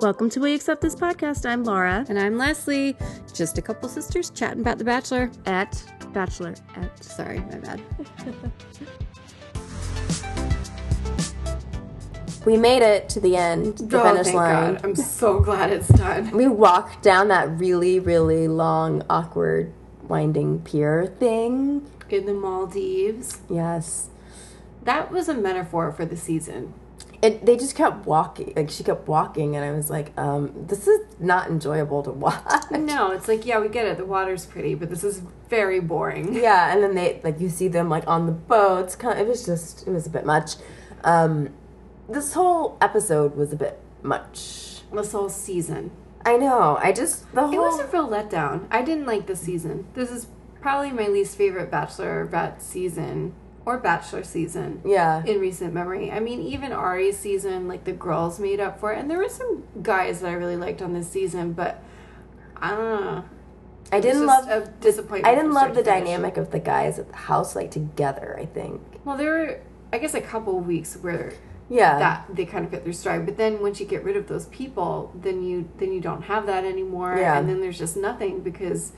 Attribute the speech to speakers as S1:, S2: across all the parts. S1: Welcome to We Accept This Podcast. I'm Laura
S2: And I'm Leslie, just a couple sisters chatting about The Bachelor.
S1: at Bachelor at.
S2: Sorry, my bad.
S3: We made it to the end,
S4: Oh,
S3: the finish line.
S4: I'm so glad it's done.
S3: We walked down that really, really long, awkward, winding pier thing.
S4: In the Maldives.
S3: Yes.
S4: That was a metaphor for the season.
S3: It, they just kept walking. Like, she kept walking, and I was like, um, this is not enjoyable to watch.
S4: No, it's like, yeah, we get it. The water's pretty, but this is very boring.
S3: Yeah, and then they, like, you see them, like, on the boats. Kind of, it was just, it was a bit much. Um, this whole episode was a bit much.
S4: This whole season.
S3: I know. I just, the whole.
S4: It was a real letdown. I didn't like this season. This is probably my least favorite Bachelorette season or Bachelor season
S3: yeah.
S4: in recent memory. I mean, even Ari's season, like the girls made up for it. And there were some guys that I really liked on this season, but I don't know.
S3: I
S4: It was
S3: didn't love
S4: just a disappointment.
S3: I didn't
S4: from
S3: love
S4: start
S3: the
S4: to finish.
S3: dynamic of the guys at the house like together. I think.
S4: Well, there were, I guess, a couple weeks where
S3: Yeah.
S4: that they kind of hit their stride, but then once you get rid of those people, then you then you don't have that anymore,
S3: Yeah.
S4: and then there's just nothing because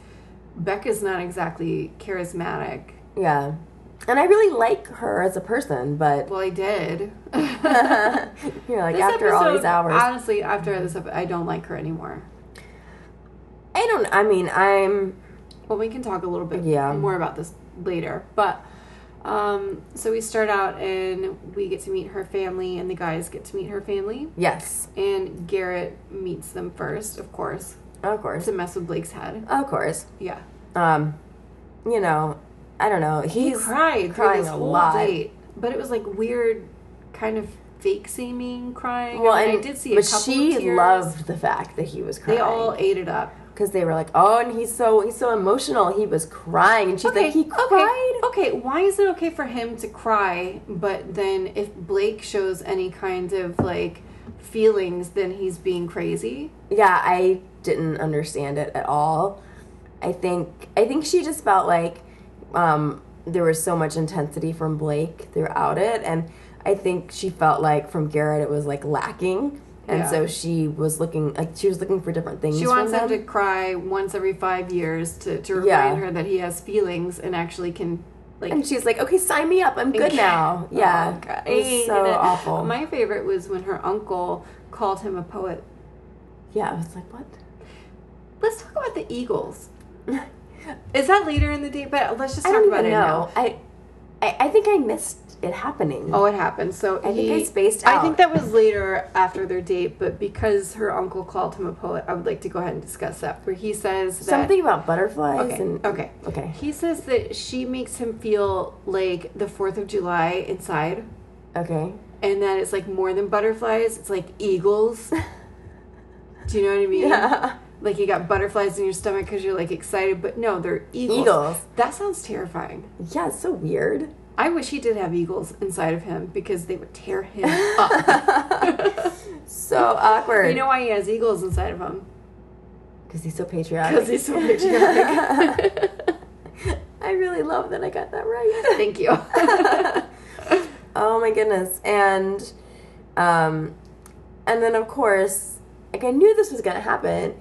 S4: Becca's not exactly charismatic.
S3: Yeah. And I really like her as a person, but
S4: Well, I did.
S3: you know, like after all these hours, I,
S4: honestly, after this episode, I don't like her anymore.
S3: don't. I mean, I'm.
S4: Well, we can talk a little bit
S3: Yeah.
S4: more about this later, but. Um, so we start out and we get to meet her family and the guys get to meet her family
S3: Yes,
S4: and Garrett meets them first, of course.
S3: of course,
S4: to mess with Blake's head.
S3: of course.
S4: Yeah,
S3: Um, you know, I don't know. He's
S4: he cried
S3: crying
S4: crying this
S3: a
S4: whole
S3: lot.
S4: date, but it was like weird, kind of fake seeming crying.
S3: well,
S4: I, mean,
S3: and
S4: I did see a
S3: but
S4: couple
S3: she
S4: of tears.
S3: loved the fact that he was
S4: They
S3: crying.
S4: all ate it up.
S3: because they were like, "Oh, and he's so he's so emotional. He was crying," and she's like, "He cried."
S4: Okay, okay, why is it okay for him to cry, but then if Blake shows any kind of like feelings, then he's being crazy?
S3: yeah i didn't understand it at all i think i think she just felt like um, there was so much intensity from blake throughout it and i think she felt like from garrett it was like lacking and
S4: Yeah.
S3: so she was looking like she was looking for different things
S4: She
S3: from
S4: wants him
S3: them.
S4: to cry once every five years to, to remind
S3: Yeah.
S4: her that he has feelings and actually can like
S3: and she's like okay sign me up i'm good now yeah
S4: Oh, God.
S3: it was so
S4: And then
S3: awful
S4: My favorite was when her uncle called him a poet.
S3: yeah i was like what
S4: Let's talk about the Eagles. Is that later in the day? But let's just
S3: i
S4: talk
S3: don't
S4: about
S3: even
S4: it now.
S3: know I, I i think i missed it happening
S4: Oh, it happened. So
S3: I think I spaced
S4: I think
S3: out.
S4: that was later after their date, but because her uncle called him a poet, I would like to go ahead and discuss that. Where he says that
S3: something about butterflies
S4: Okay.
S3: and
S4: okay.
S3: okay
S4: He says that she makes him feel like the Fourth of July inside,
S3: okay
S4: and that it's like more than butterflies. It's like eagles. Do you know what I mean?
S3: yeah
S4: like you got butterflies in your stomach because you're like excited, but no, they're eagles.
S3: Eagles.
S4: That sounds terrifying.
S3: yeah it's so weird
S4: I wish he did have eagles inside of him because they would tear him up.
S3: So awkward.
S4: you know why he has eagles inside of him?
S3: because he's so patriotic.
S4: Because he's so patriotic.
S3: I really love that I got that right.
S4: Thank you.
S3: oh my goodness! And, um, and then of course, like I knew this was gonna happen.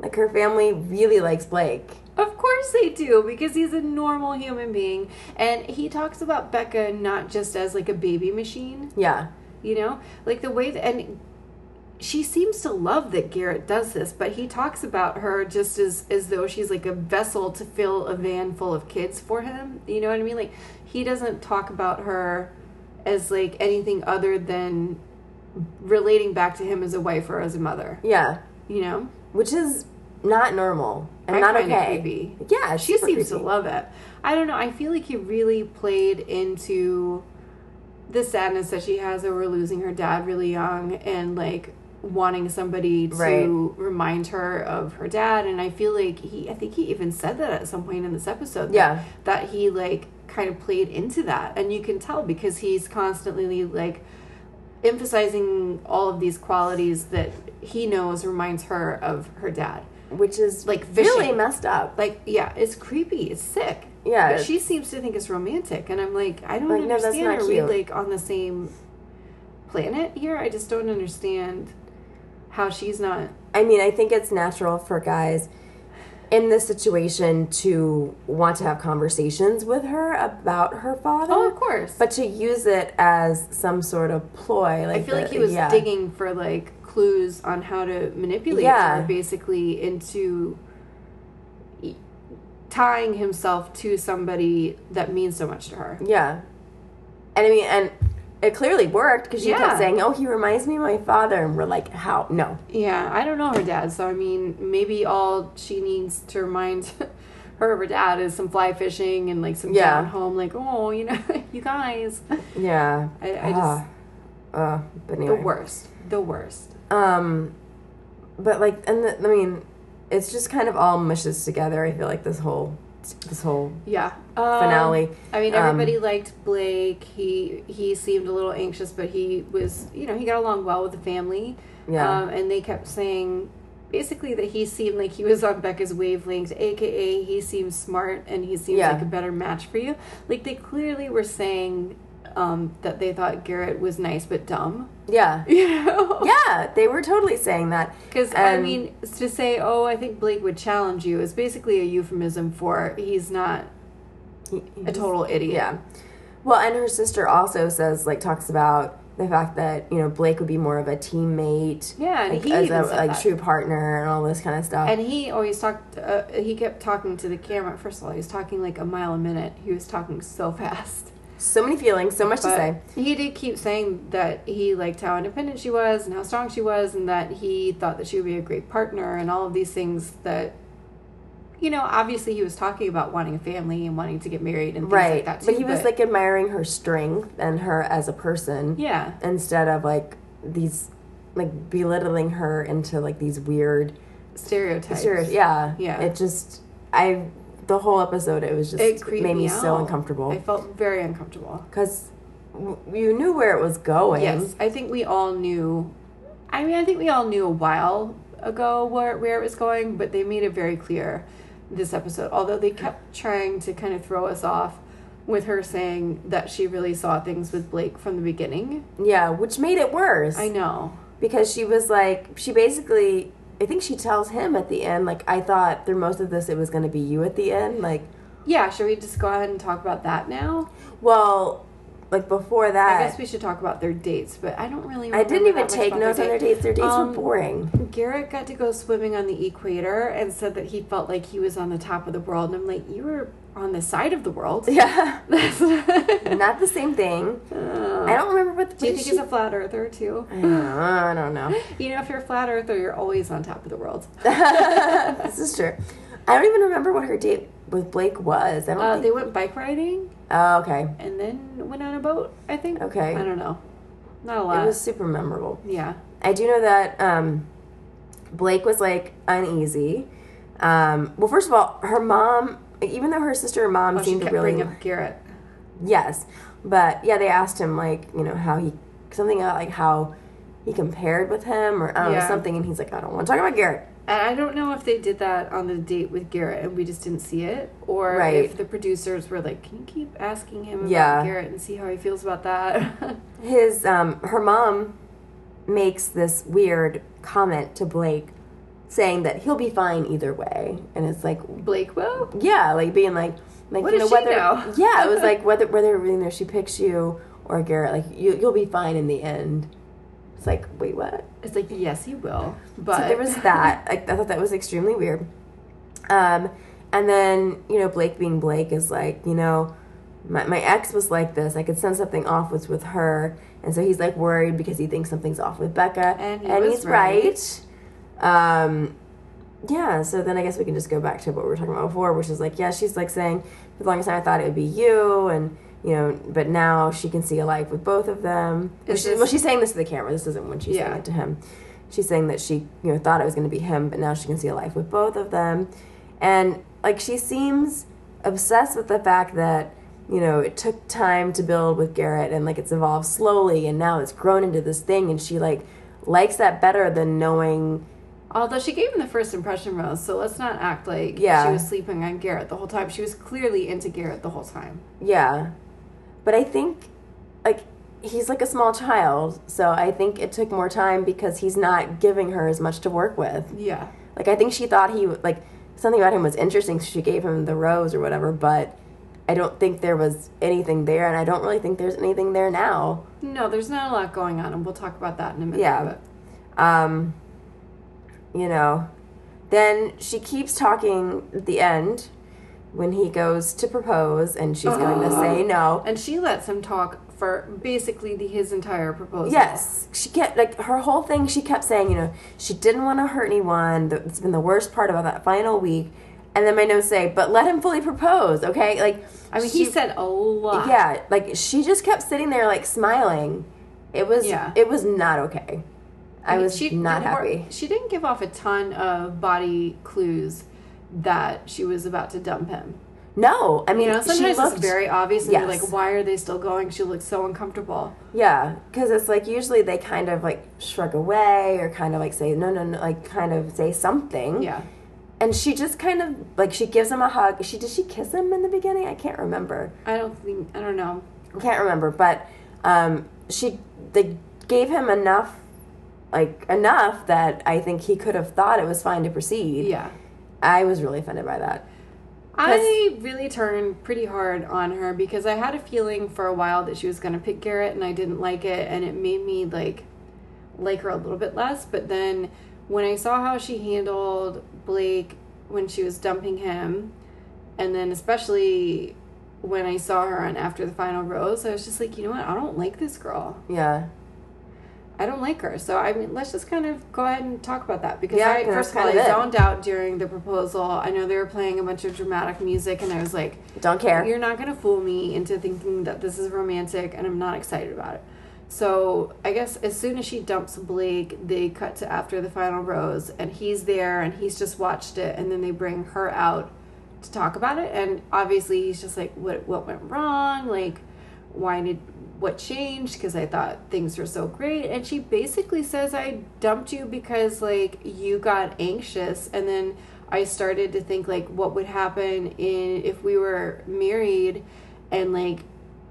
S3: Like her family really likes Blake.
S4: of course they do because he's a normal human being, and he talks about Becca not just as like a baby machine.
S3: Yeah,
S4: You know, like the way that, and she seems to love that Garrett does this, but he talks about her just as as though she's like a vessel to fill a van full of kids for him. You know what I mean? Like he doesn't talk about her as like anything other than relating back to him as a wife or as a mother.
S3: yeah,
S4: You know,
S3: which is not normal and
S4: I
S3: not
S4: find it
S3: okay.
S4: creepy.
S3: Yeah,
S4: she
S3: super
S4: seems to
S3: creepy.
S4: love it. I don't know. I feel like he really played into the sadness that she has over losing her dad really young and like wanting somebody to
S3: Right.
S4: remind her of her dad and I feel like he I think he even said that at some point in this episode that-
S3: Yeah.
S4: that he like kind of played into that and you can tell because he's constantly like emphasizing all of these qualities that he knows reminds her of her dad
S3: which is
S4: Like
S3: really
S4: fishing.
S3: messed up.
S4: like yeah it's creepy it's sick
S3: Yeah,
S4: but
S3: it's-
S4: she seems to think it's romantic and i'm like i don't
S3: Like, no, that's
S4: understand
S3: not
S4: are we
S3: cute.
S4: like on the same planet here i just don't understand how she's not.
S3: I mean, I think it's natural for guys in this situation to want to have conversations with her about her father.
S4: Oh, of course.
S3: But to use it as some sort of ploy, like
S4: I feel like
S3: the-
S4: he was
S3: uh, yeah.
S4: digging for like clues on how to manipulate
S3: Yeah.
S4: her basically into e- tying himself to somebody that means so much to her.
S3: Yeah, and I mean, and it clearly worked because she
S4: Yeah.
S3: kept saying, "Oh, he reminds me of my father," and we're like, "How? No,
S4: Yeah, I don't know her dad, so I mean, maybe all she needs to remind her of her dad is some fly fishing and like some
S3: Yeah.
S4: down home, like, oh, you know, you guys.
S3: yeah."
S4: I- I
S3: Ah. Uh, but
S4: The
S3: anyway,
S4: worst. The worst.
S3: Um, but like, and the, I mean, it's just kind of all mushes together. I feel like this whole, this whole
S4: Yeah. Um,
S3: Finale.
S4: I mean,
S3: Um,
S4: everybody liked Blake. He he seemed a little anxious, but he was, you know, he got along well with the family.
S3: Yeah.
S4: Um, and they kept saying basically that he seemed like he was on Becca's wavelength, aka he seems smart and he seems
S3: Yeah.
S4: like a better match for you. Like they clearly were saying um, that they thought Garrett was nice but dumb.
S3: yeah,
S4: You know?
S3: yeah. They were totally saying that
S4: Because I
S3: And-
S4: mean, s- to say, "Oh, I think Blake would challenge you" is basically a euphemism for he's not a total idiot.
S3: Yeah. Well, and her sister also says, like, talks about the fact that, you know, Blake would be more of a teammate.
S4: Yeah, and
S3: like,
S4: he
S3: as
S4: even
S3: a
S4: said
S3: like,
S4: that.
S3: true partner and all this kind of stuff.
S4: And he always talked. Uh, he kept talking to the camera. First of all, he was talking like a mile a minute. He was talking so fast.
S3: so many feelings, so much to say.
S4: But he did keep saying that he liked how independent she was and how strong she was, and that he thought that she would be a great partner, and all of these things that. You know, obviously, he was talking about wanting a family and wanting to get married and things
S3: Right.
S4: like that too.
S3: but he was like admiring her strength and her as a person
S4: "Yeah,
S3: instead of like these, like belittling her into like these weird.
S4: stereotypes."
S3: Sure, yeah.
S4: Yeah.
S3: It just, I, the whole episode, it was just,
S4: It creeped
S3: made me,
S4: me
S3: so
S4: out. I
S3: uncomfortable.
S4: felt very uncomfortable.
S3: Because w- you knew where it was going.
S4: Yes, I think we all knew. I mean, I think we all knew a while ago where where it was going, but they made it very clear this episode. Although they kept trying to kind of throw us off with her saying that she really saw things with Blake from the beginning.
S3: Yeah, which made it worse.
S4: I know.
S3: Because she was like, she basically, I think she tells him at the end, like, I thought through most of this it was going to be you at the end. Like,
S4: Yeah, should we just go ahead and talk about that now?
S3: well, like before that,
S4: I guess we should talk about their dates, but I don't really.
S3: I didn't
S4: remember
S3: even
S4: that much
S3: take
S4: about
S3: notes on their
S4: date.
S3: dates. Their dates
S4: Um,
S3: were boring.
S4: Garrett got to go swimming on the equator and said that he felt like he was on the top of the world. And I'm like, you were on the side of the world.
S3: Yeah.
S4: I
S3: Not the same thing. I don't remember what the
S4: Do you
S3: date
S4: think
S3: she...
S4: he's a flat earther too?
S3: I don't know.
S4: You know, if you're a flat earther, you're always on top of the world.
S3: this is true. I don't even remember what her date with Blake was. I don't
S4: Uh,
S3: think...
S4: they went bike riding
S3: Oh, okay. It
S4: and then went on a boat. I think.
S3: Okay.
S4: I don't know. Not a lot.
S3: was super memorable.
S4: yeah.
S3: I do know that um, Blake was like uneasy. Um, well, first of all, her mom, even though her sister and mom
S4: Oh, she
S3: seemed to
S4: kept
S3: really
S4: bringing up Garrett.
S3: yes, but yeah, they asked him like you know how he something about like how he compared with him or I don't know
S4: Yeah.
S3: something, and he's like I don't want to talk about Garrett.
S4: And I don't know if they did that on the date with Garrett and we just didn't see it, or
S3: Right.
S4: if the producers were like, "Can you keep asking him about
S3: Yeah.
S4: Garrett and see how he feels about that?"
S3: His um, her mom makes this weird comment to Blake saying that he'll be fine either way, and it's like
S4: Blake will.
S3: Yeah, like being like, like
S4: What
S3: you know
S4: does she
S3: whether
S4: know?
S3: yeah, it was like whether whether you know she picks you or Garrett, like you you'll be fine in the end. It's like wait what?
S4: It's like yes, he will, but
S3: so there was that. Like I thought that was extremely weird. Um, and then you know Blake being Blake is like you know. My, my ex was like this. I could sense something off was with her, and so he's like worried because he thinks something's off with Becca,
S4: And he was
S3: he's right. Um, yeah, so then I guess we can just go back to what we were talking about before, which is like, yeah, she's like saying, for the longest time I thought it would be you, and you know, but now she can see a life with both of them. Well,
S4: Is
S3: she-
S4: this-
S3: well, she's saying this to the camera. This isn't when she's
S4: Yeah.
S3: saying it to him. She's saying that she, you know, thought it was going to be him, but now she can see a life with both of them, and like she seems obsessed with the fact that you know it took time to build with Garrett, and like it's evolved slowly, and now it's grown into this thing, and she like likes that better than knowing.
S4: Although she gave him the first impression rose, so let's not act like
S3: Yeah.
S4: she was sleeping on Garrett the whole time. She was clearly into Garrett the whole time.
S3: Yeah. But I think like he's like a small child, so I think it took more time because he's not giving her as much to work with.
S4: Yeah.
S3: Like I think she thought he like something about him was interesting, so she gave him the rose or whatever, but I don't think there was anything there and I don't really think there's anything there now.
S4: No, there's not a lot going on, and we'll talk about that in a minute.
S3: Yeah.
S4: but-
S3: Um you know, then she keeps talking at the end when he goes to propose and she's going to say no.
S4: And she lets him talk for basically the, his entire proposal.
S3: Yes, she kept like her whole thing. She kept saying, you know, she didn't want to hurt anyone. Th- It's been the worst part about that final week. And then my notes say, but let him fully propose, okay? Like,
S4: I mean,
S3: she-
S4: he said a lot.
S3: yeah, like she just kept sitting there like smiling. It was,
S4: Yeah.
S3: it was not okay. I, was not
S4: there were-
S3: happy.
S4: She didn't give off a ton of body clues that she was about to dump him.
S3: No, I mean,
S4: You know, sometimes
S3: she looked,
S4: it's very obvious, and you're
S3: Yes.
S4: like, why are they still going? She looks so uncomfortable.
S3: yeah, because it's like usually they kind of like shrug away or kind of like say no, no, no, like kind of say something.
S4: Yeah.
S3: and she just kind of like she gives him a hug. She did she kiss him in the beginning? I can't remember.
S4: I don't think, I don't know.
S3: I can't remember, but um, she they gave him enough like enough that I think he could have thought it was fine to proceed.
S4: Yeah.
S3: I was really offended by that.
S4: I really turned pretty hard on her because I had a feeling for a while that she was going to pick Garrett and I didn't like it and it made me like like her a little bit less, but then when I saw how she handled Blake when she was dumping him and then especially when I saw her on after the final rose, I was just like, you know what? I don't like this girl.
S3: Yeah.
S4: I don't like her. So I mean, let's just kind of go ahead and talk about that because
S3: Yeah,
S4: I
S3: that's
S4: first of all I
S3: kind of it.
S4: zoned out during the proposal. I know they were playing a bunch of dramatic music, and I was like,
S3: Don't care.
S4: "You're not gonna fool me into thinking that this is romantic," and I'm not excited about it. So I guess as soon as she dumps Blake, they cut to after the final rose, and he's there, and he's just watched it, and then they bring her out to talk about it, and obviously he's just like, "What? What went wrong? Like, why did what changed because i thought things were so great and she basically says i dumped you because like you got anxious and then i started to think like what would happen in if we were married and like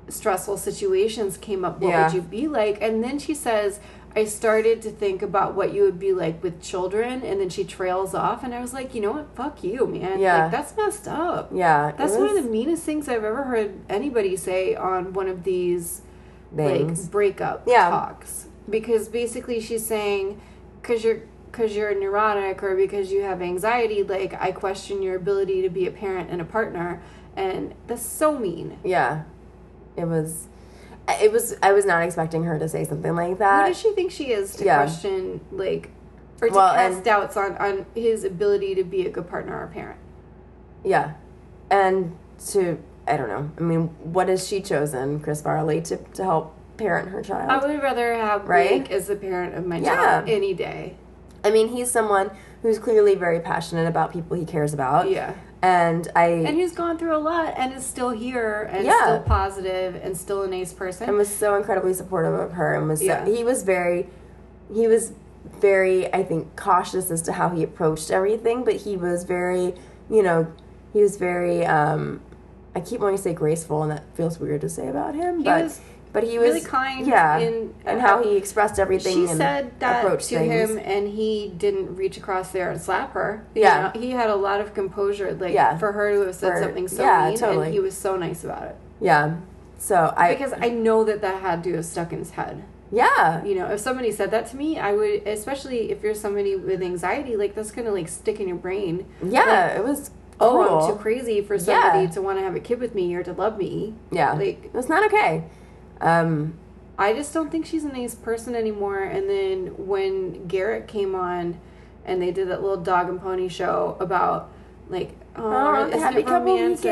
S4: stressful situations came up what
S3: Yeah.
S4: would you be like and then she says i started to think about what you would be like with children and then she trails off and i was like you know what fuck you man
S3: Yeah.
S4: like that's messed up
S3: yeah. it
S4: that's one
S3: was
S4: of the meanest things I've ever heard anybody say on one of these
S3: things.
S4: like breakup
S3: Yeah.
S4: talks. Because basically she's saying cuz you're cuz you're neurotic or because you have anxiety like I question your ability to be a parent and a partner and that's so mean.
S3: yeah. It was it was I was not expecting her to say something like
S4: Who
S3: that.
S4: does she think she is to
S3: yeah.
S4: question like or to
S3: Well,
S4: cast
S3: and-
S4: doubts on on his ability to be a good partner or parent?
S3: Yeah. And to I don't know. I mean, what has she chosen, Chris Farley, to, to help parent her child?
S4: I would rather have
S3: Right?
S4: Blake as the parent of my
S3: Yeah.
S4: child any day.
S3: I mean, he's someone who's clearly very passionate about people he cares about.
S4: Yeah.
S3: And I
S4: and
S3: and,
S4: who's gone through a lot and is still here and
S3: Yeah.
S4: still positive and still a nice person.
S3: was so incredibly supportive of her and was so,
S4: Yeah.
S3: he was very he was very I think cautious as to how he approached everything, but he was very, you know, he was very um I keep wanting to say graceful and that feels weird to say about him, but
S4: was
S3: but he was
S4: really kind
S3: yeah,
S4: in- uh,
S3: and how he expressed everything
S4: she
S3: and
S4: said that to
S3: approached things.
S4: him, and he didn't reach across there and slap her. You
S3: Yeah.
S4: know, he had a lot of composure, like
S3: Yeah.
S4: for her to have said
S3: For-
S4: something so
S3: yeah,
S4: mean,
S3: totally.
S4: and he was so nice about it.
S3: Yeah. So I
S4: Because I know that that had to have stuck in his head.
S3: yeah,
S4: You know, if somebody said that to me, I would, especially if you're somebody with anxiety, like that's gonna like stick in your brain.
S3: yeah, it was
S4: Oh,
S3: cruel.
S4: I'm too crazy for somebody
S3: Yeah.
S4: to want to have a kid with me or to love me.
S3: Yeah.
S4: like
S3: it was not okay. Um,
S4: I just don't think she's a nice person anymore. And then when Garrett came on and they did that little dog and pony show about like
S3: Oh,
S4: oh,
S3: they had
S4: isn't
S3: to
S4: it
S3: come a
S4: romantic? It's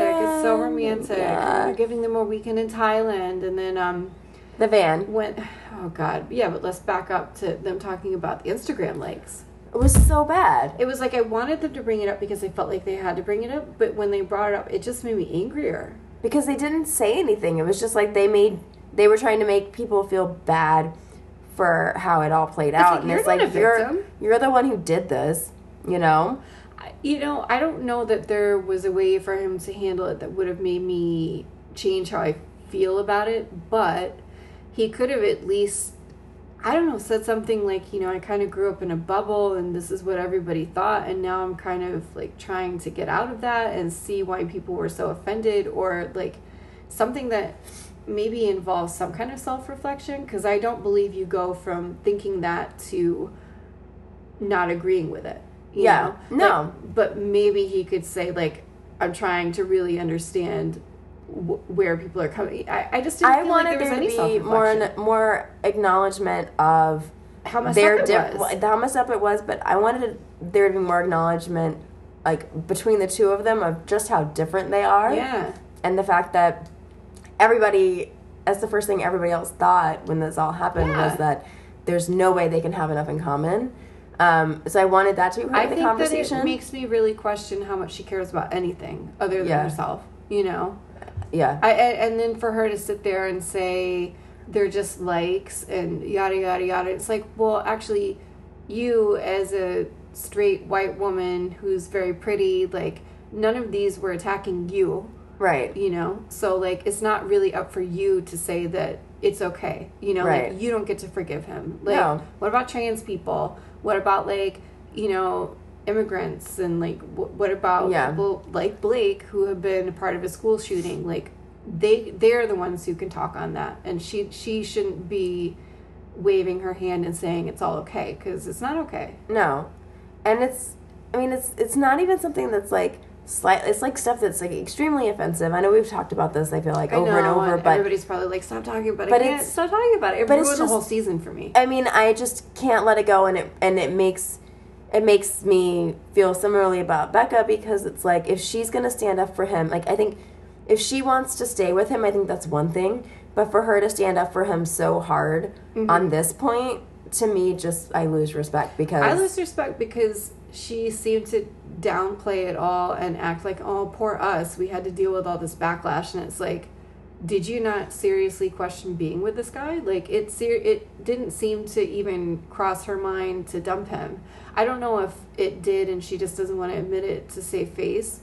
S4: so
S3: weekend.
S4: romantic.
S3: Yeah.
S4: And they're giving them a weekend in Thailand and then um
S3: the van
S4: when oh god, yeah, but let's back up to them talking about the Instagram likes.
S3: it was so bad.
S4: It was like I wanted them to bring it up because I felt like they had to bring it up, but when they brought it up it just made me angrier.
S3: because they didn't say anything. It was just like they made they were trying to make people feel bad for how it all played out,
S4: like,
S3: and
S4: you're
S3: it's
S4: not
S3: like
S4: a
S3: you're
S4: victim.
S3: you're the one who did this, you know?
S4: I- you know, I don't know that there was a way for him to handle it that would have made me change how I feel about it, but he could have at least I don't know, said something like, you know, I kind of grew up in a bubble and this is what everybody thought. And now I'm kind of like trying to get out of that and see why people were so offended or like something that maybe involves some kind of self reflection. Cause I don't believe you go from thinking that to not agreeing with it. you
S3: Yeah.
S4: know?
S3: No.
S4: Like, but maybe he could say, like, I'm trying to really understand w- where people are coming. I, I just didn't
S3: I
S4: feel
S3: wanted
S4: like there,
S3: there,
S4: was any
S3: to be
S4: self
S3: more
S4: reflection.
S3: an, more acknowledgement of
S4: How messed
S3: their
S4: up it
S3: diff-
S4: was.
S3: how messed up it was, but I wanted there to be more acknowledgement, like between the two of them, of just how different they are,
S4: Yeah.
S3: and the fact that everybody that's the first thing everybody else thought when this all happened
S4: Yeah.
S3: was that there's no way they can have enough in common. Um, so I wanted that to be part
S4: I
S3: of the
S4: think that
S3: conversation.
S4: it makes me really question how much she cares about anything other than
S3: Yeah.
S4: herself. You know,
S3: yeah,
S4: I, I and then for her to sit there and say they're just likes and yada yada yada. It's like, well, actually, you as a straight white woman who's very pretty, like none of these were attacking you.
S3: right.
S4: You know, so like it's not really up for you to say that it's okay. You know,
S3: Right.
S4: like you don't get to forgive him. Like,
S3: No.
S4: what about trans people? What about like you know immigrants and like wh- what about
S3: Yeah.
S4: people like Blake who have been a part of a school shooting? Like they they're the ones who can talk on that, and she she shouldn't be waving her hand and saying it's all okay because it's not okay.
S3: No, and it's. I mean, it's it's not even something that's like slight. It's like stuff that's like extremely offensive. I know we've talked about this. I feel like
S4: I
S3: over and
S4: know,
S3: over, but
S4: everybody's probably like, stop talking about it.
S3: But
S4: But it's
S3: it's-
S4: stop talking about it. It
S3: but
S4: ruined
S3: it's
S4: the whole
S3: just-
S4: season for me.
S3: I mean, I just can't let it go, and it and it makes it makes me feel similarly about Becca because it's like if she's gonna stand up for him, like I think if she wants to stay with him, I think that's one thing. But for her to stand up for him so hard
S4: Mm-hmm.
S3: on this point, to me, just I lose respect because
S4: I lose respect because she seemed to downplay it all and act like, oh, poor us. We had to deal with all this backlash. And it's like, did you not seriously question being with this guy? Like, it, ser- it didn't seem to even cross her mind to dump him. I don't know if it did and she just doesn't want to admit it to save face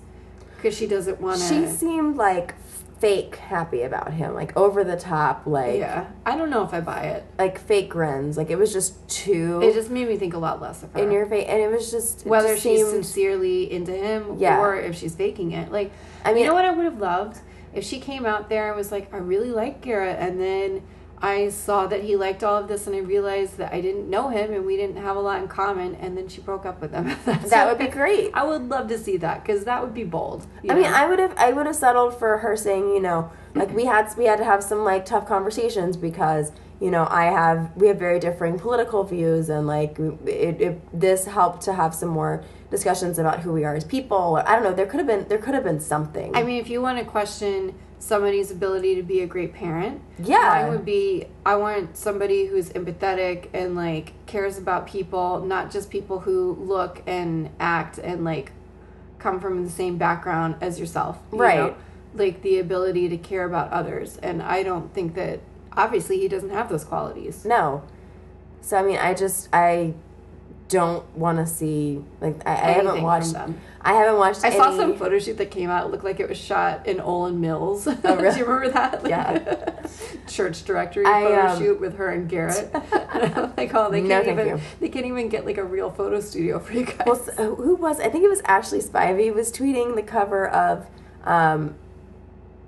S4: because she doesn't want to.
S3: she seemed like fake happy about him, like over the top, like
S4: yeah. I don't know if I buy it.
S3: like fake grins. Like it was just too
S4: It just made me think a lot less of her.
S3: in your face, and it was just it
S4: whether
S3: just
S4: she's
S3: seemed-
S4: sincerely into him
S3: Yeah.
S4: or if she's faking it. Like,
S3: I
S4: I
S3: mean-
S4: mean, you know what I would have loved if she came out there and was like, "I really like Garrett," and then I saw that he liked all of this, and I realized that I didn't know him and we didn't have a lot in common, and then she broke up with him. That's
S3: That
S4: what-
S3: would be great.
S4: I would love to see that because that would be bold. you
S3: I mean,
S4: know?
S3: I would have I would have settled for her saying, you know, like we had we had to have some like tough conversations because you know I have we have very differing political views and like it, it this helped to have some more discussions about who we are as people. Or, I don't know. There could have been there could have been something.
S4: I mean, if you want to question somebody's ability to be a great parent,
S3: Yeah.
S4: mine would be I want somebody who's empathetic and like cares about people, not just people who look and act and like come from the same background as yourself. you
S3: Right.
S4: know? Like the ability to care about others. And I don't think that, obviously, he doesn't have those qualities.
S3: No. So I mean, I just I don't want to see like I, I
S4: Anything
S3: haven't
S4: from
S3: watched.
S4: them.
S3: I haven't watched.
S4: I saw
S3: any-
S4: some photo shoot that came out. It looked like it was shot in Olin Mills.
S3: really?
S4: Do you remember that? Like,
S3: Yeah.
S4: Church directory
S3: I,
S4: photo
S3: um,
S4: shoot with her and Garrett. like, oh, they
S3: No,
S4: can't
S3: thank
S4: even
S3: you.
S4: they can't even get like a real photo studio for you guys.
S3: Well, s- who who was? I think it was Ashley Spivey was tweeting the cover of, um,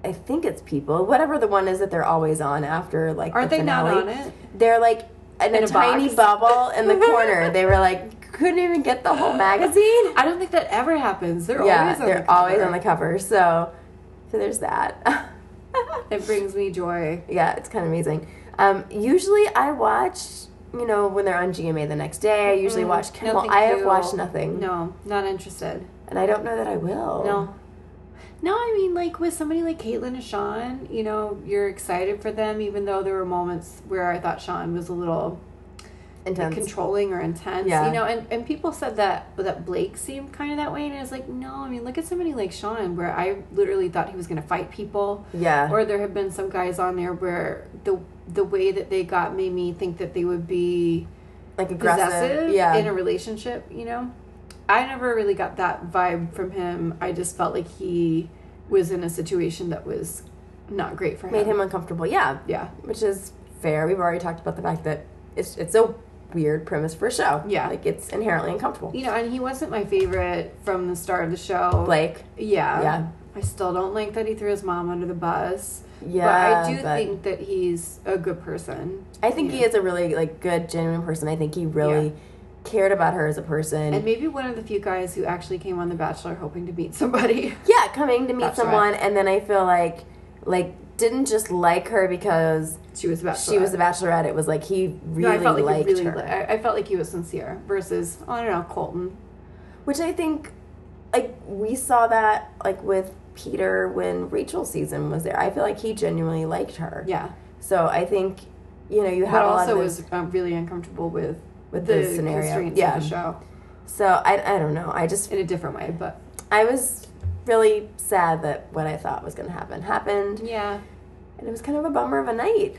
S3: I think it's People, whatever the one is that they're always on after like.
S4: Aren't
S3: the
S4: they not
S3: finale.
S4: on it?
S3: They're like in,
S4: In
S3: a,
S4: a
S3: tiny
S4: box.
S3: bubble in the corner. they were like couldn't even get the whole magazine.
S4: I don't think that ever happens. They're
S3: yeah,
S4: always on
S3: they're
S4: the
S3: always
S4: cover.
S3: on the cover. So, so there's that.
S4: It brings me joy.
S3: Yeah, it's kind of amazing. Um, usually I watch, you know, when they're on GMA the next day. I usually watch
S4: No,
S3: Kimmel.
S4: thank
S3: I have
S4: you.
S3: watched nothing.
S4: No, not interested.
S3: And I don't know that I will.
S4: No. No, I mean, like with somebody like Caitlyn and Sean, you know, you're excited for them, even though there were moments where I thought Sean was a little
S3: Intense.
S4: controlling or intense.
S3: Yeah.
S4: You know, and, and people said that that Blake seemed kind of that way, and I was like, no, I mean, look at somebody like Sean, where I literally thought he was going to fight people.
S3: yeah.
S4: Or there have been some guys on there where the the way that they got made me think that they would be
S3: like aggressive.
S4: possessive
S3: yeah.
S4: in a relationship, you know? I never really got that vibe from him. I just felt like he was in a situation that was not great for him.
S3: Made him uncomfortable. Yeah.
S4: yeah.
S3: Which is fair. We've already talked about the fact that it's it's a weird premise for a show.
S4: Yeah.
S3: like it's inherently uncomfortable.
S4: You know, and he wasn't my favorite from the start of the show.
S3: Blake,
S4: Yeah.
S3: Yeah.
S4: I still don't like that he threw his mom under the bus.
S3: Yeah,
S4: But I do
S3: but-
S4: think that he's a good person.
S3: I think he is a really like good, genuine person. I think he really cared about her as a person.
S4: And maybe one of the few guys who actually came on The Bachelor hoping to meet somebody.
S3: yeah, coming to meet
S4: That's
S3: someone, and then I feel like like didn't just like her because
S4: She was a bachelor.
S3: she was the bachelorette. It was like he
S4: No,
S3: really
S4: I felt like
S3: liked
S4: he really
S3: her,
S4: li- I, I felt like he was sincere versus I don't know Colton.
S3: which I think like we saw that like with Peter when Rachel's season was there. I feel like he genuinely liked her.
S4: Yeah,
S3: So I think you know you
S4: but
S3: have a lot
S4: also
S3: of
S4: was
S3: those-
S4: uh, really uncomfortable with
S3: with
S4: the,
S3: the, scenario.
S4: constraints
S3: Yeah.
S4: of the show
S3: So I I don't know. I just
S4: in a different way. But
S3: I was really sad that what I thought was going to happen happened,
S4: yeah,
S3: and it was kind of a bummer of a night.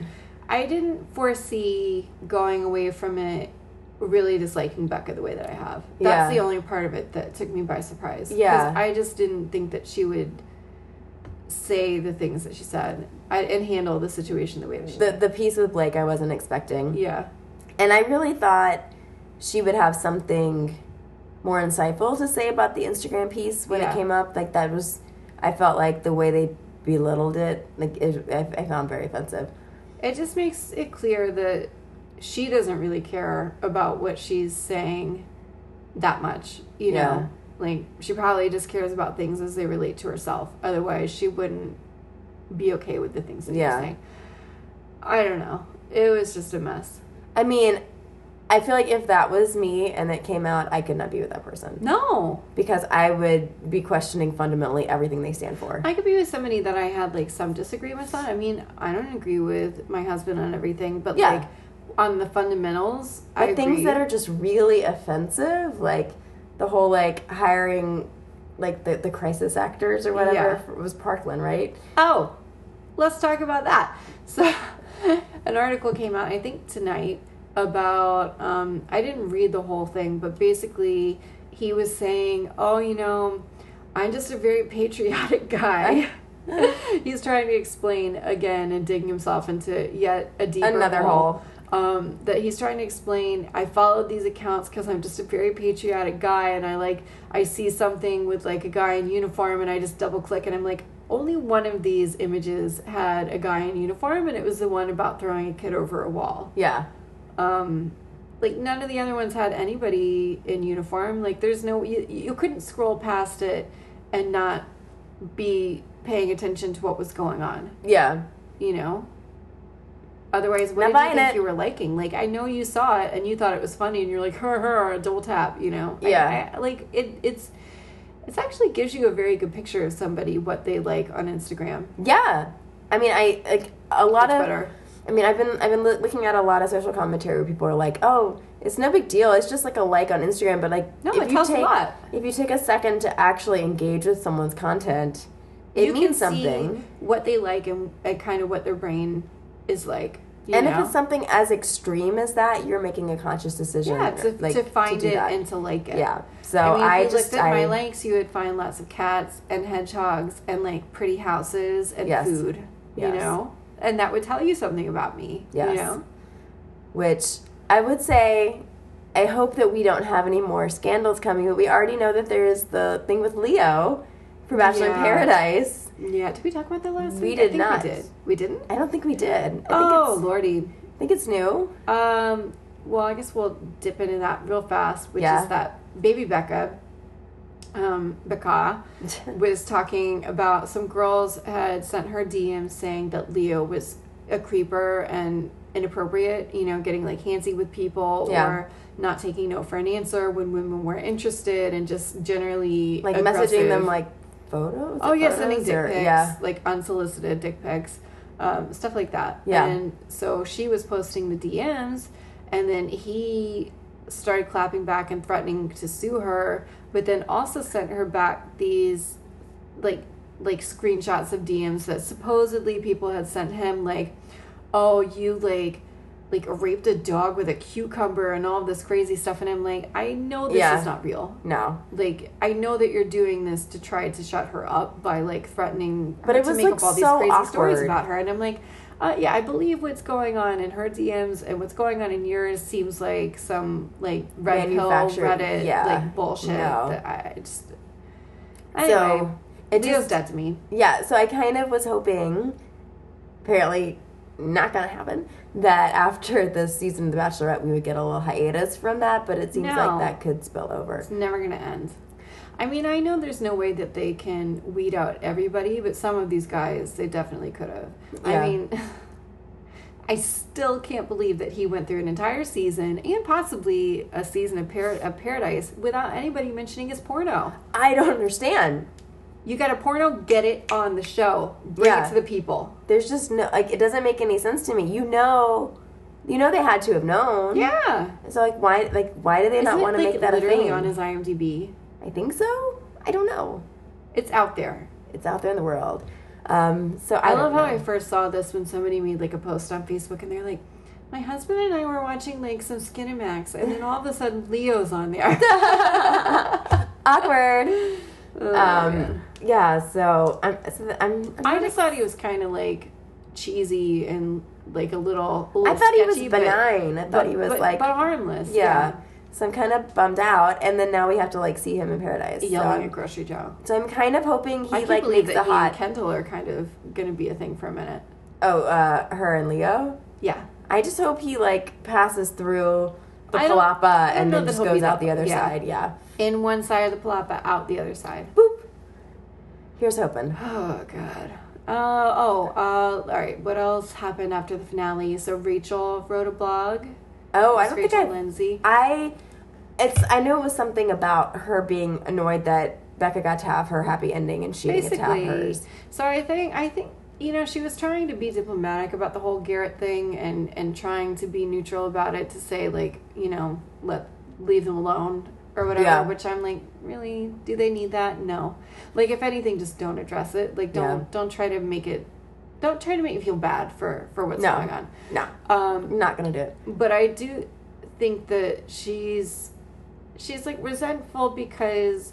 S4: I didn't foresee going away from it really disliking Becca the way that I have. That's
S3: Yeah.
S4: the only part of it that took me by surprise. 'Cause
S3: Yeah.
S4: I just didn't think that she would say the things that she said I, and handle the situation the way that she
S3: The the piece with Blake I wasn't expecting,
S4: Yeah,
S3: and I really thought she would have something more insightful to say about the Instagram piece when
S4: Yeah.
S3: it came up. Like that was, I felt like the way they belittled it, like it, I, I found very offensive.
S4: it just makes it clear that she doesn't really care about what she's saying that much, you know.
S3: Yeah.
S4: Like she probably just cares about things as they relate to herself. Otherwise, she wouldn't be okay with the things that she's
S3: Yeah.
S4: saying. I don't know. It was just a mess.
S3: I mean, I feel like if that was me and it came out, I could not be with that person
S4: No,
S3: because I would be questioning fundamentally everything they stand for.
S4: I could be with somebody that I had like some disagreements on. I mean, I don't agree with my husband on everything, but
S3: Yeah.
S4: like on the fundamentals, I
S3: But things
S4: agree.
S3: that are just really offensive, like the whole like hiring, like the, the crisis actors or whatever
S4: Yeah.
S3: f- was Parkland, right?
S4: Oh, let's talk about that. So, an article came out, I think tonight, about. Um, I didn't read the whole thing, but basically, he was saying, "Oh, you know, I'm just a very patriotic guy." He's trying to explain again and digging himself into yet a deeper
S3: Another
S4: hole um, that he's trying to explain. I followed these accounts because I'm just a very patriotic guy, and I like I see something with like a guy in uniform, and I just double click, and I'm like, only one of these images had a guy in uniform, and it was the one about throwing a kid over a wall.
S3: Yeah,
S4: Um, like none of the other ones had anybody in uniform. Like there's no you, you couldn't scroll past it and not be paying attention to what was going on
S3: yeah,
S4: you know. Otherwise, what
S3: Not
S4: did you
S3: buying
S4: think
S3: it.
S4: you were liking? Like, I know you saw it and you thought it was funny, and you're like, "Her, her, double tap," you know. I-
S3: Yeah.
S4: I- like it, it's, it's actually gives you a very good picture of somebody what they like on Instagram.
S3: yeah. I mean, I like a lot
S4: Much
S3: of.
S4: better.
S3: I mean, I've been I've been loo- looking at a lot of social commentary where people are like, "Oh, it's no big deal. It's just like a like on Instagram." But like,
S4: No, it tells a
S3: take
S4: lot.
S3: if you take a second to actually engage with someone's content, it
S4: You can
S3: means
S4: see
S3: something.
S4: what they like and, and kind of what their brain is like. You
S3: and
S4: know?
S3: if it's something as extreme as that, you're making a conscious decision.
S4: yeah, to,
S3: like,
S4: to find
S3: do
S4: it
S3: that.
S4: and to like it.
S3: yeah. So
S4: I
S3: I,
S4: mean, if you
S3: just
S4: looked at
S3: I,
S4: my likes, you would find lots of cats and hedgehogs and like pretty houses and
S3: Yes.
S4: food. You
S3: Yes.
S4: know, and that would tell you something about me. You
S3: Yes.
S4: know,
S3: which I would say, I hope that we don't have any more scandals coming. But we already know that there is the thing with Leo for Bachelor in
S4: Yeah.
S3: Paradise.
S4: yeah. Did we talk about that last
S3: We
S4: week? I
S3: did
S4: think
S3: not.
S4: We did. We didn't.
S3: I don't think we did. I think
S4: oh
S3: it's,
S4: lordy.
S3: I think it's new.
S4: Um. Well, I guess we'll dip into that real fast, which
S3: Yeah.
S4: is that baby Becca, um, Becca, was talking about some girls had sent her DMs saying that Leo was a creeper and inappropriate, you know, getting like handsy with people
S3: Yeah.
S4: or not taking no for an answer when women were interested and just generally
S3: Like
S4: aggressive.
S3: messaging them like photos.
S4: Oh yeah,
S3: photos,
S4: sending dick
S3: or-
S4: pics,
S3: Yeah,
S4: like unsolicited dick pics, um, stuff like that.
S3: Yeah.
S4: And so she was posting the DMs, and then he started clapping back and threatening to sue her, but then also sent her back these, like, like screenshots of DMs that supposedly people had sent him, like, oh, you like. Like raped a dog with a cucumber and all this crazy stuff, and I'm like, I know this
S3: Yeah.
S4: is not real
S3: no.
S4: like I know that you're doing this to try to shut her up by like threatening her
S3: But it
S4: to
S3: was,
S4: make
S3: like,
S4: up all these
S3: so
S4: crazy stories
S3: awkward.
S4: about her and I'm like uh, yeah, I believe what's going on in her DMs and what's going on in yours seems like some like red pill
S3: Manufactured,
S4: Reddit
S3: yeah.
S4: like bullshit.
S3: No.
S4: That I just anyway,
S3: So
S4: it
S3: it
S4: does
S3: just
S4: that to me.
S3: yeah, so I kind of was hoping, apparently not gonna happen, that after the season of The Bachelorette we would get a little hiatus from that, but it seems
S4: No.
S3: like that could spill over.
S4: It's never gonna end. I mean, I know there's no way that they can weed out everybody, but some of these guys they definitely could have.
S3: Yeah.
S4: I mean, I still can't believe that he went through an entire season and possibly a season of, par- of Paradise without anybody mentioning his porno.
S3: I don't understand.
S4: You got a porno, get it on the show. Bring
S3: Yeah.
S4: it to the people.
S3: There's just no like it doesn't make any sense to me. You know you know they had to have known.
S4: Yeah.
S3: So like why like why do they
S4: Isn't
S3: not
S4: it,
S3: want to
S4: like,
S3: make that a
S4: literally
S3: thing?
S4: on his IMDb?
S3: I think so. I don't know.
S4: It's out there.
S3: It's out there in the world. Um, so I,
S4: I,
S3: don't
S4: love how
S3: know.
S4: I first saw this when somebody made like a post on Facebook and they're like, my husband and I were watching like some Skinemax and then all of a sudden Leo's on there.
S3: Um, awkward.
S4: Oh, man.
S3: Um, yeah, so I'm. So th- I'm, I'm
S4: I
S3: not
S4: just thought he was kind of like cheesy and like a little. a little
S3: I thought he was
S4: sketchy, but-
S3: benign. I thought
S4: but-
S3: he was
S4: but-
S3: like,
S4: but harmless.
S3: yeah. So I'm kind of bummed out, and then now we have to like see him in paradise.
S4: yeah.
S3: so,
S4: Yelling at
S3: I'm,
S4: grocery Joe.
S3: so I'm kind of hoping he
S4: I can't
S3: like
S4: believe
S3: makes
S4: that
S3: the
S4: he and
S3: hot.
S4: Kendall are kind of gonna be a thing for a minute.
S3: Oh, uh, her and Leo.
S4: Yeah.
S3: I just hope he like passes through the
S4: I don't- I
S3: palapa
S4: don't
S3: and
S4: know
S3: then
S4: that
S3: just
S4: he'll be
S3: goes out
S4: that-
S3: the other
S4: yeah.
S3: side. Yeah.
S4: In one side of the palapa, out the other side.
S3: Boop. Here's hoping.
S4: Oh god. Uh, oh, uh, all right. What else happened after the finale? So Rachel wrote a blog.
S3: Oh, I
S4: It's
S3: don't
S4: Rachel
S3: think I
S4: Lindsay.
S3: I it's I know it was something about her being annoyed that Becca got to have her happy ending and she didn't get to
S4: Basically,
S3: have hers.
S4: so I think I think you know she was trying to be diplomatic about the whole Garrett thing and and trying to be neutral about it to say like you know let leave them alone or whatever.
S3: Yeah.
S4: Which I'm like, really? Do they need that? No. Like if anything, just don't address it. Like don't
S3: Yeah.
S4: don't try to make it. Don't try to make me feel bad for for what's
S3: No.
S4: going on.
S3: No,
S4: Um,
S3: I'm not gonna do it.
S4: but I do think that she's she's like resentful because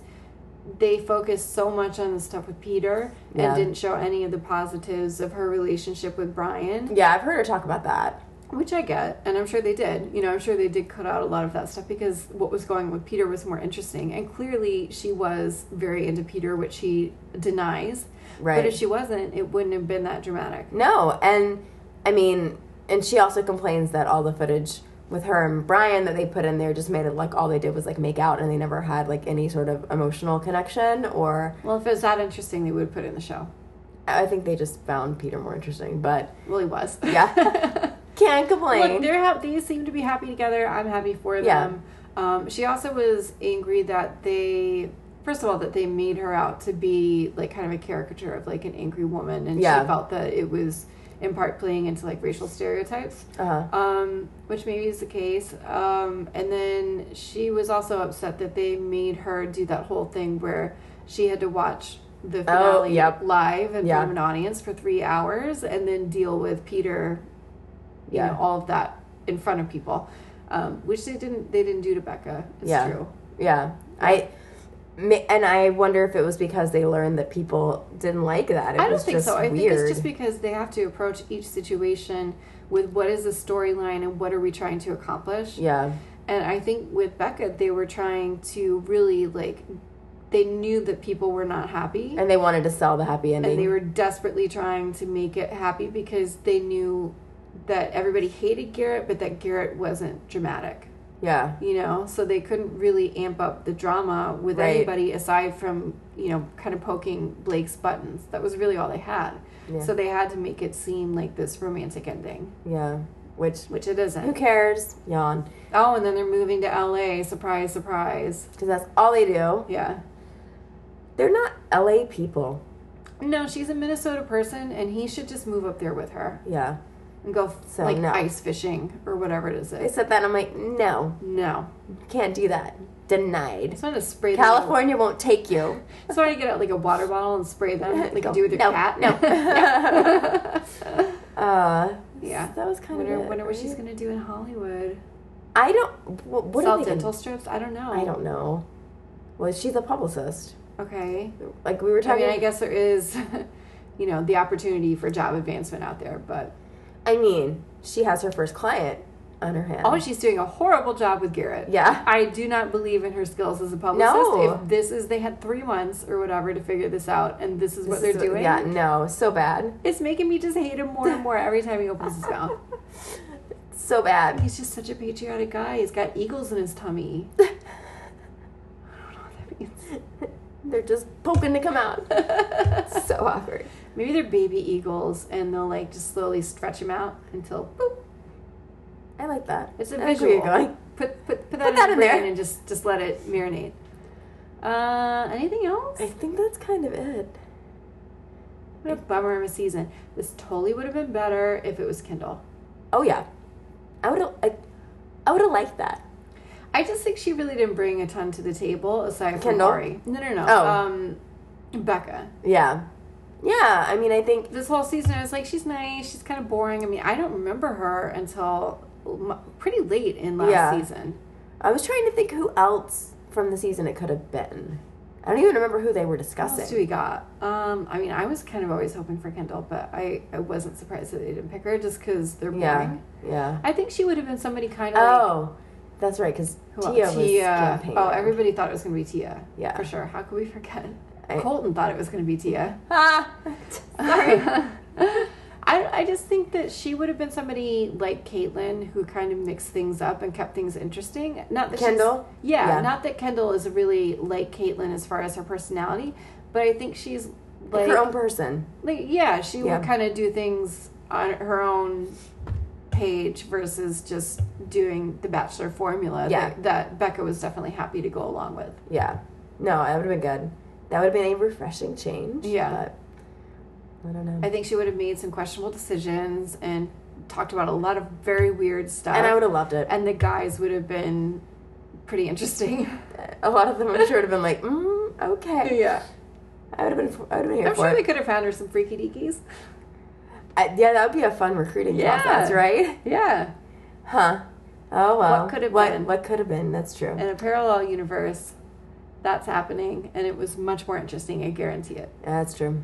S4: they focused so much on the stuff with Peter
S3: Yeah.
S4: and didn't show any of the positives of her relationship with Brian,
S3: Yeah, I've heard her talk about that.
S4: which I get, and I'm sure they did. You know, I'm sure they did cut out a lot of that stuff because what was going on with Peter was more interesting, and clearly she was very into Peter, which she denies.
S3: Right.
S4: But if she wasn't, it wouldn't have been that dramatic.
S3: No, and I mean and she also complains that all the footage with her and Brian that they put in there just made it like all they did was like make out and they never had like any sort of emotional connection or
S4: Well, if it was that interesting, they would have put it in the show.
S3: I think they just found Peter more interesting, but
S4: Really was.
S3: Yeah. can't complain.
S4: Look, they're ha- they seem to be happy together. I'm happy for
S3: Yeah.
S4: them. Um, she also was angry that they, first of all, that they made her out to be like kind of a caricature of like an angry woman, and
S3: Yeah.
S4: she felt that it was in part playing into like racial stereotypes,
S3: uh-huh.
S4: um, which maybe is the case. Um, and then she was also upset that they made her do that whole thing where she had to watch the finale
S3: Oh, yep.
S4: live in
S3: Yeah.
S4: front of an audience for three hours and then deal with Peter you
S3: Yeah.
S4: know all of that in front of people um, which they didn't they didn't do to becca it's
S3: Yeah.
S4: true
S3: Yeah. I ma- and I wonder if it was because they learned that people didn't like that. It
S4: i don't
S3: was
S4: think
S3: just
S4: so i
S3: Weird.
S4: think it's just because they have to approach each situation with what is the storyline and what are we trying to accomplish
S3: yeah,
S4: and i think with becca they were trying to really like they knew that people were not happy
S3: and they wanted to sell the happy ending.
S4: and they were desperately trying to make it happy because they knew that everybody hated garrett but that garrett wasn't dramatic
S3: yeah,
S4: you know so they couldn't really amp up the drama with
S3: Right.
S4: anybody aside from you know kind of poking blake's buttons that was really all they had
S3: Yeah.
S4: so they had to make it seem like this romantic ending
S3: yeah. Which
S4: which it
S3: who
S4: isn't
S3: cares? Yawn.
S4: oh and then they're moving to la surprise surprise
S3: Because that's all they do.
S4: yeah
S3: They're not LA people.
S4: no she's a minnesota person and he should just move up there with her
S3: Yeah.
S4: and go f
S3: So,
S4: like
S3: no.
S4: ice fishing or whatever it is
S3: I said that and I'm like, no,
S4: no
S3: can't do that. Denied.
S4: it's not a spray them-
S3: California won't take you.
S4: So I get out like a water bottle and spray them like
S3: Go,
S4: you do with your
S3: no,
S4: cat.
S3: no.
S4: No.
S3: Uh,
S4: yeah.
S3: that was kind
S4: Wonder,
S3: of. it,
S4: wonder what
S3: right?
S4: she's gonna do in Hollywood.
S3: I don't. What, what
S4: Sell
S3: are they
S4: dental
S3: gonna,
S4: strips? I don't know.
S3: I don't know. Well, she's a publicist.
S4: Okay.
S3: Like we were
S4: I
S3: talking.
S4: mean, I guess there is, you know, the opportunity for job advancement out there, but
S3: I mean, she has her first client on her hand.
S4: Oh, she's doing a horrible job with Garrett.
S3: Yeah.
S4: I do not believe in her skills as a publicist.
S3: No.
S4: If this is, they had three months or whatever to figure this out, and this is what they're
S3: So-
S4: doing.
S3: Yeah, no, so bad.
S4: It's making me just hate him more and more every time he opens his mouth.
S3: So bad.
S4: He's just such a patriotic guy. He's got eagles in his tummy. I don't know what that means.
S3: They're just poking to come out. so awkward.
S4: Maybe they're baby eagles, and they'll like just slowly stretch him out until boop.
S3: I like that.
S4: It's a
S3: I like where you're
S4: visual.
S3: going.
S4: Put put put that,
S3: Put that
S4: in,
S3: in
S4: brain
S3: there.
S4: and just just let it marinate. Uh, anything else?
S3: I think that's kind of it.
S4: What a bummer of a season. This totally would have been better if it was Kindle.
S3: Oh yeah, I would I, I would have liked that.
S4: I just think she really didn't bring a ton to the table aside from
S3: Kendall?
S4: Lori. No, no, no.
S3: Oh.
S4: Um, Becca.
S3: Yeah, yeah. I mean, I think
S4: This whole season, I was like, she's nice. She's kind of boring. I mean, I don't remember her until m- pretty late in last
S3: Yeah.
S4: season.
S3: I was trying to think who else from the season it could have been. I don't even remember who they were
S4: What else do
S3: discussing.
S4: we got? Um, I mean, I was kind of always hoping for Kendall, but I, I wasn't surprised that they didn't pick her just because they're boring.
S3: Yeah, yeah.
S4: I think she would have been somebody kind of like
S3: Oh, that's right. Because
S4: Who
S3: Tia
S4: else?
S3: was campaigning.
S4: Oh, everybody thought it was going to be Tia.
S3: Yeah.
S4: For sure. How could we forget?
S3: I-
S4: Colton thought it was going to be Tia.
S3: Ah, sorry.
S4: I, I just think that she would have been somebody like Caitlyn who kind of mixed things up and kept things interesting. Not that she's-
S3: Kendall?
S4: yeah,
S3: Yeah.
S4: Not that Kendall is really like Caitlyn as far as her personality, but I think she's like,
S3: Her own person.
S4: like yeah, she
S3: Yeah.
S4: would kind of do things on her own page versus just doing the Bachelor formula
S3: Yeah.
S4: that, that Becca was definitely happy to go along with.
S3: Yeah. No, that would have been good. That would have been a refreshing change.
S4: Yeah.
S3: But I don't know.
S4: I think she would have made some questionable decisions and talked about a lot of very weird stuff.
S3: and I would have loved it.
S4: and the guys would have been pretty interesting.
S3: A lot of them, I'm sure, would have been like, mm, okay.
S4: yeah.
S3: I would have been. I would have been here
S4: I'm
S3: for
S4: sure
S3: it.
S4: they could have found her some freaky deekies.
S3: I, yeah, that would be a fun recruiting
S4: Yeah.
S3: process, right?
S4: Yeah.
S3: Huh. Oh well.
S4: What could have
S3: what,
S4: been.
S3: What could have been? That's true.
S4: In a parallel universe, that's happening, and it was much more interesting, I guarantee it.
S3: Yeah, that's true.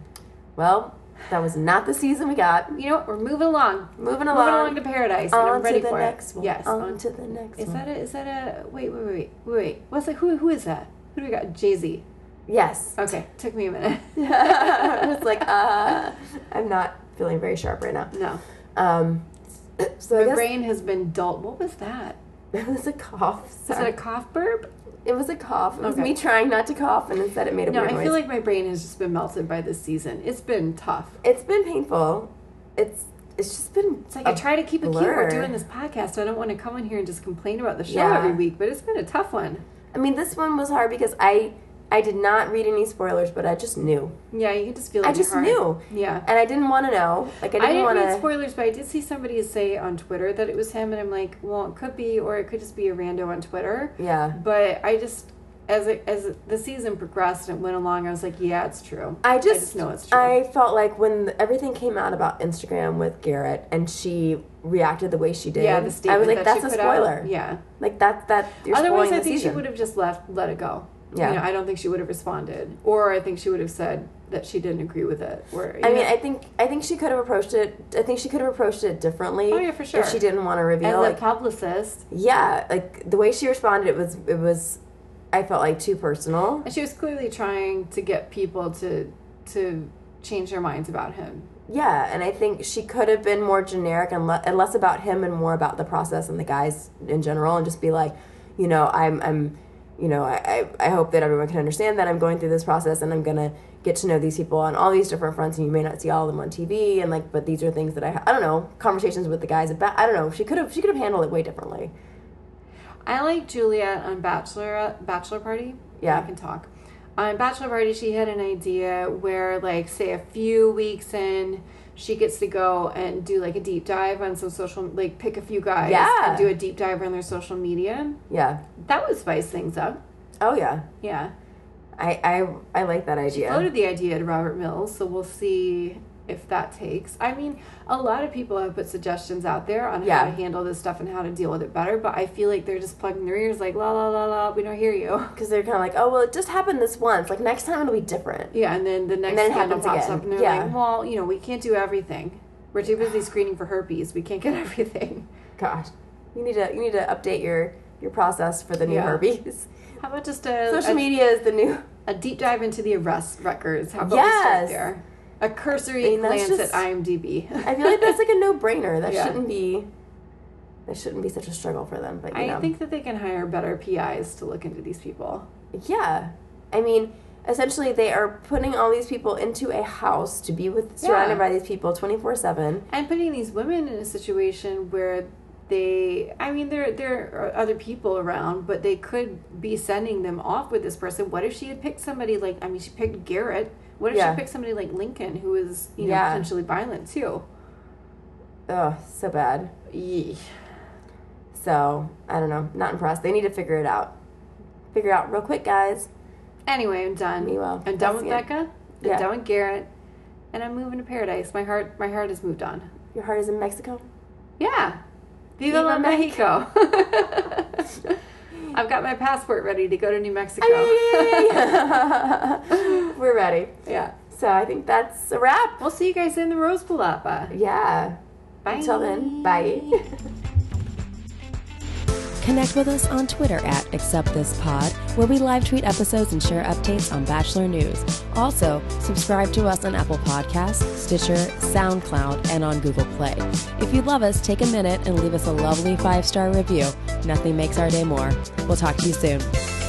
S3: Well, that was not the season we got.
S4: You know what? We're moving along.
S3: Moving
S4: Moving
S3: along.
S4: along to paradise, and
S3: on
S4: I'm ready
S3: to the
S4: for
S3: next
S4: it.
S3: one.
S4: Yes.
S3: On,
S4: on-
S3: to the next
S4: is
S3: one.
S4: that a, is that a, wait, wait, wait, wait, wait. What's that? Who, who is that? Who do we got? Jay-Z.
S3: yes.
S4: Okay, took me a minute.
S3: I was like, uh, I'm not feeling very sharp right now.
S4: No.
S3: Um, so I
S4: My
S3: guess
S4: brain has been dull. What was that?
S3: it was a cough.
S4: Is that
S3: Sorry.
S4: a cough burp?
S3: it was a cough. It was
S4: Okay.
S3: me trying not to cough, and instead it made a
S4: No,
S3: weird
S4: I
S3: noise.
S4: feel like my brain has just been melted by this season. It's been tough.
S3: it's been painful. It's it's just been
S4: It's like I try to keep it cute.
S3: blur.
S4: We're doing this podcast. I don't want to come in here and just complain about the show
S3: Yeah.
S4: every week, but it's been a tough one.
S3: I mean, this one was hard because I I did not read any spoilers, but I just knew,
S4: Yeah, you can just feel. it
S3: I
S4: in your
S3: just
S4: heart.
S3: knew.
S4: Yeah.
S3: and I didn't want to know. Like I
S4: I
S3: didn't,
S4: didn't
S3: want
S4: read
S3: to.
S4: spoilers, but I did see somebody say on Twitter that it was him, and I'm like, well, it could be, or it could just be a rando on Twitter.
S3: yeah,
S4: But I just, as it, as the season progressed and it went along, I was like, yeah, it's true.
S3: I just,
S4: know it's true.
S3: I felt like when everything came out about Instagram with Garrett and she reacted the way she did.
S4: yeah, the statement
S3: I was like,
S4: that she
S3: that's a
S4: put out-
S3: spoiler.
S4: Yeah.
S3: Like that that you're
S4: Otherwise,
S3: spoiling
S4: I
S3: the
S4: think
S3: season.
S4: she would have just left, let it go.
S3: Yeah.
S4: You know, I don't think she would have responded, or I think she would have said that she didn't agree with it. Or you
S3: I mean,
S4: know,
S3: I think I think she could have approached it. I think she could have approached it differently.
S4: Oh, yeah, for sure.
S3: If she didn't want to
S4: as
S3: reveal,
S4: a
S3: like,
S4: publicist,
S3: yeah, like the way she responded, it was it was, I felt like too personal.
S4: and she was clearly trying to get people to to change their minds about him.
S3: Yeah, and I think she could have been more generic and, le- and less about him and more about the process and the guys in general, and just be like, you know, I'm I'm, you know, I I, I hope that everyone can understand that I'm going through this process and I'm gonna get to know these people on all these different fronts, and you may not see all of them on TV, and like, but these are things that I I don't know conversations with the guys about. I don't know. She could have she could have handled it way differently.
S4: I like Juliet on Bachelor Bachelor Party.
S3: Yeah.
S4: I can talk. On Bachelor Party, she had an idea where, like, say a few weeks in, she gets to go and do like a deep dive on some social, like, pick a few guys
S3: Yeah.
S4: and do a deep dive on their social media.
S3: Yeah.
S4: That would spice things up.
S3: Oh yeah.
S4: Yeah.
S3: I I I like that idea.
S4: Floated the idea to Robert Mills, so we'll see if that takes. I mean, a lot of people have put suggestions out there on
S3: Yeah.
S4: how to handle this stuff and how to deal with it better, but I feel like they're just plugging their ears like la la la la, we don't hear you.
S3: because they're kind of like, oh well, it just happened this once. Like next time it'll be different.
S4: Yeah, and then the next
S3: then it
S4: scandal
S3: happens
S4: pops
S3: again.
S4: up and they're
S3: Yeah.
S4: like, Well, you know, we can't do everything. We're too busy screening for herpes. We can't get everything.
S3: Gosh, you need to you need to update your your process for the new
S4: Yeah.
S3: herpes.
S4: How about just a
S3: Social
S4: a,
S3: media is the new.
S4: a deep dive into the arrest records? How about we
S3: Yes.
S4: start there? A cursory
S3: I mean, that's
S4: glance
S3: just-
S4: at IMDb.
S3: I feel like that's like a no brainer. That
S4: Yeah.
S3: shouldn't be. That shouldn't be such a struggle for them. But you
S4: I
S3: know.
S4: think that they can hire better PIs to look into these people.
S3: Yeah. I mean, essentially, they are putting all these people into a house to be with, surrounded
S4: Yeah.
S3: by these people 24 7.
S4: and putting these women in a situation where they i mean there there are other people around but they could be sending them off with this person what if she had picked somebody like i mean she picked garrett what if
S3: Yeah.
S4: she picked somebody like lincoln who is you know
S3: Yeah.
S4: potentially violent too
S3: Ugh, so bad.
S4: Yee.
S3: So, I don't know. Not impressed. They need to figure it out. Figure it out real quick, guys.
S4: anyway i'm done
S3: Me well.
S4: i'm
S3: That's
S4: done with
S3: it.
S4: becca
S3: Yeah.
S4: i'm done with garrett and i'm moving to paradise my heart my heart has moved on
S3: Your heart is in Mexico.
S4: Yeah. Viva
S3: Viva
S4: la Mexico. I've got my passport ready to go to New Mexico.
S3: Yay! We're ready.
S4: yeah.
S3: So, I think that's a wrap.
S4: We'll see you guys in the Rose Palapa.
S3: Yeah.
S4: Bye.
S3: Until then, bye.
S5: Connect with us on Twitter at AcceptThisPod, where we live tweet episodes and share updates on Bachelor News. Also, subscribe to us on Apple Podcasts, Stitcher, SoundCloud, and on Google Play. If you love us, take a minute and leave us a lovely five star review. Nothing makes our day more. We'll talk to you soon.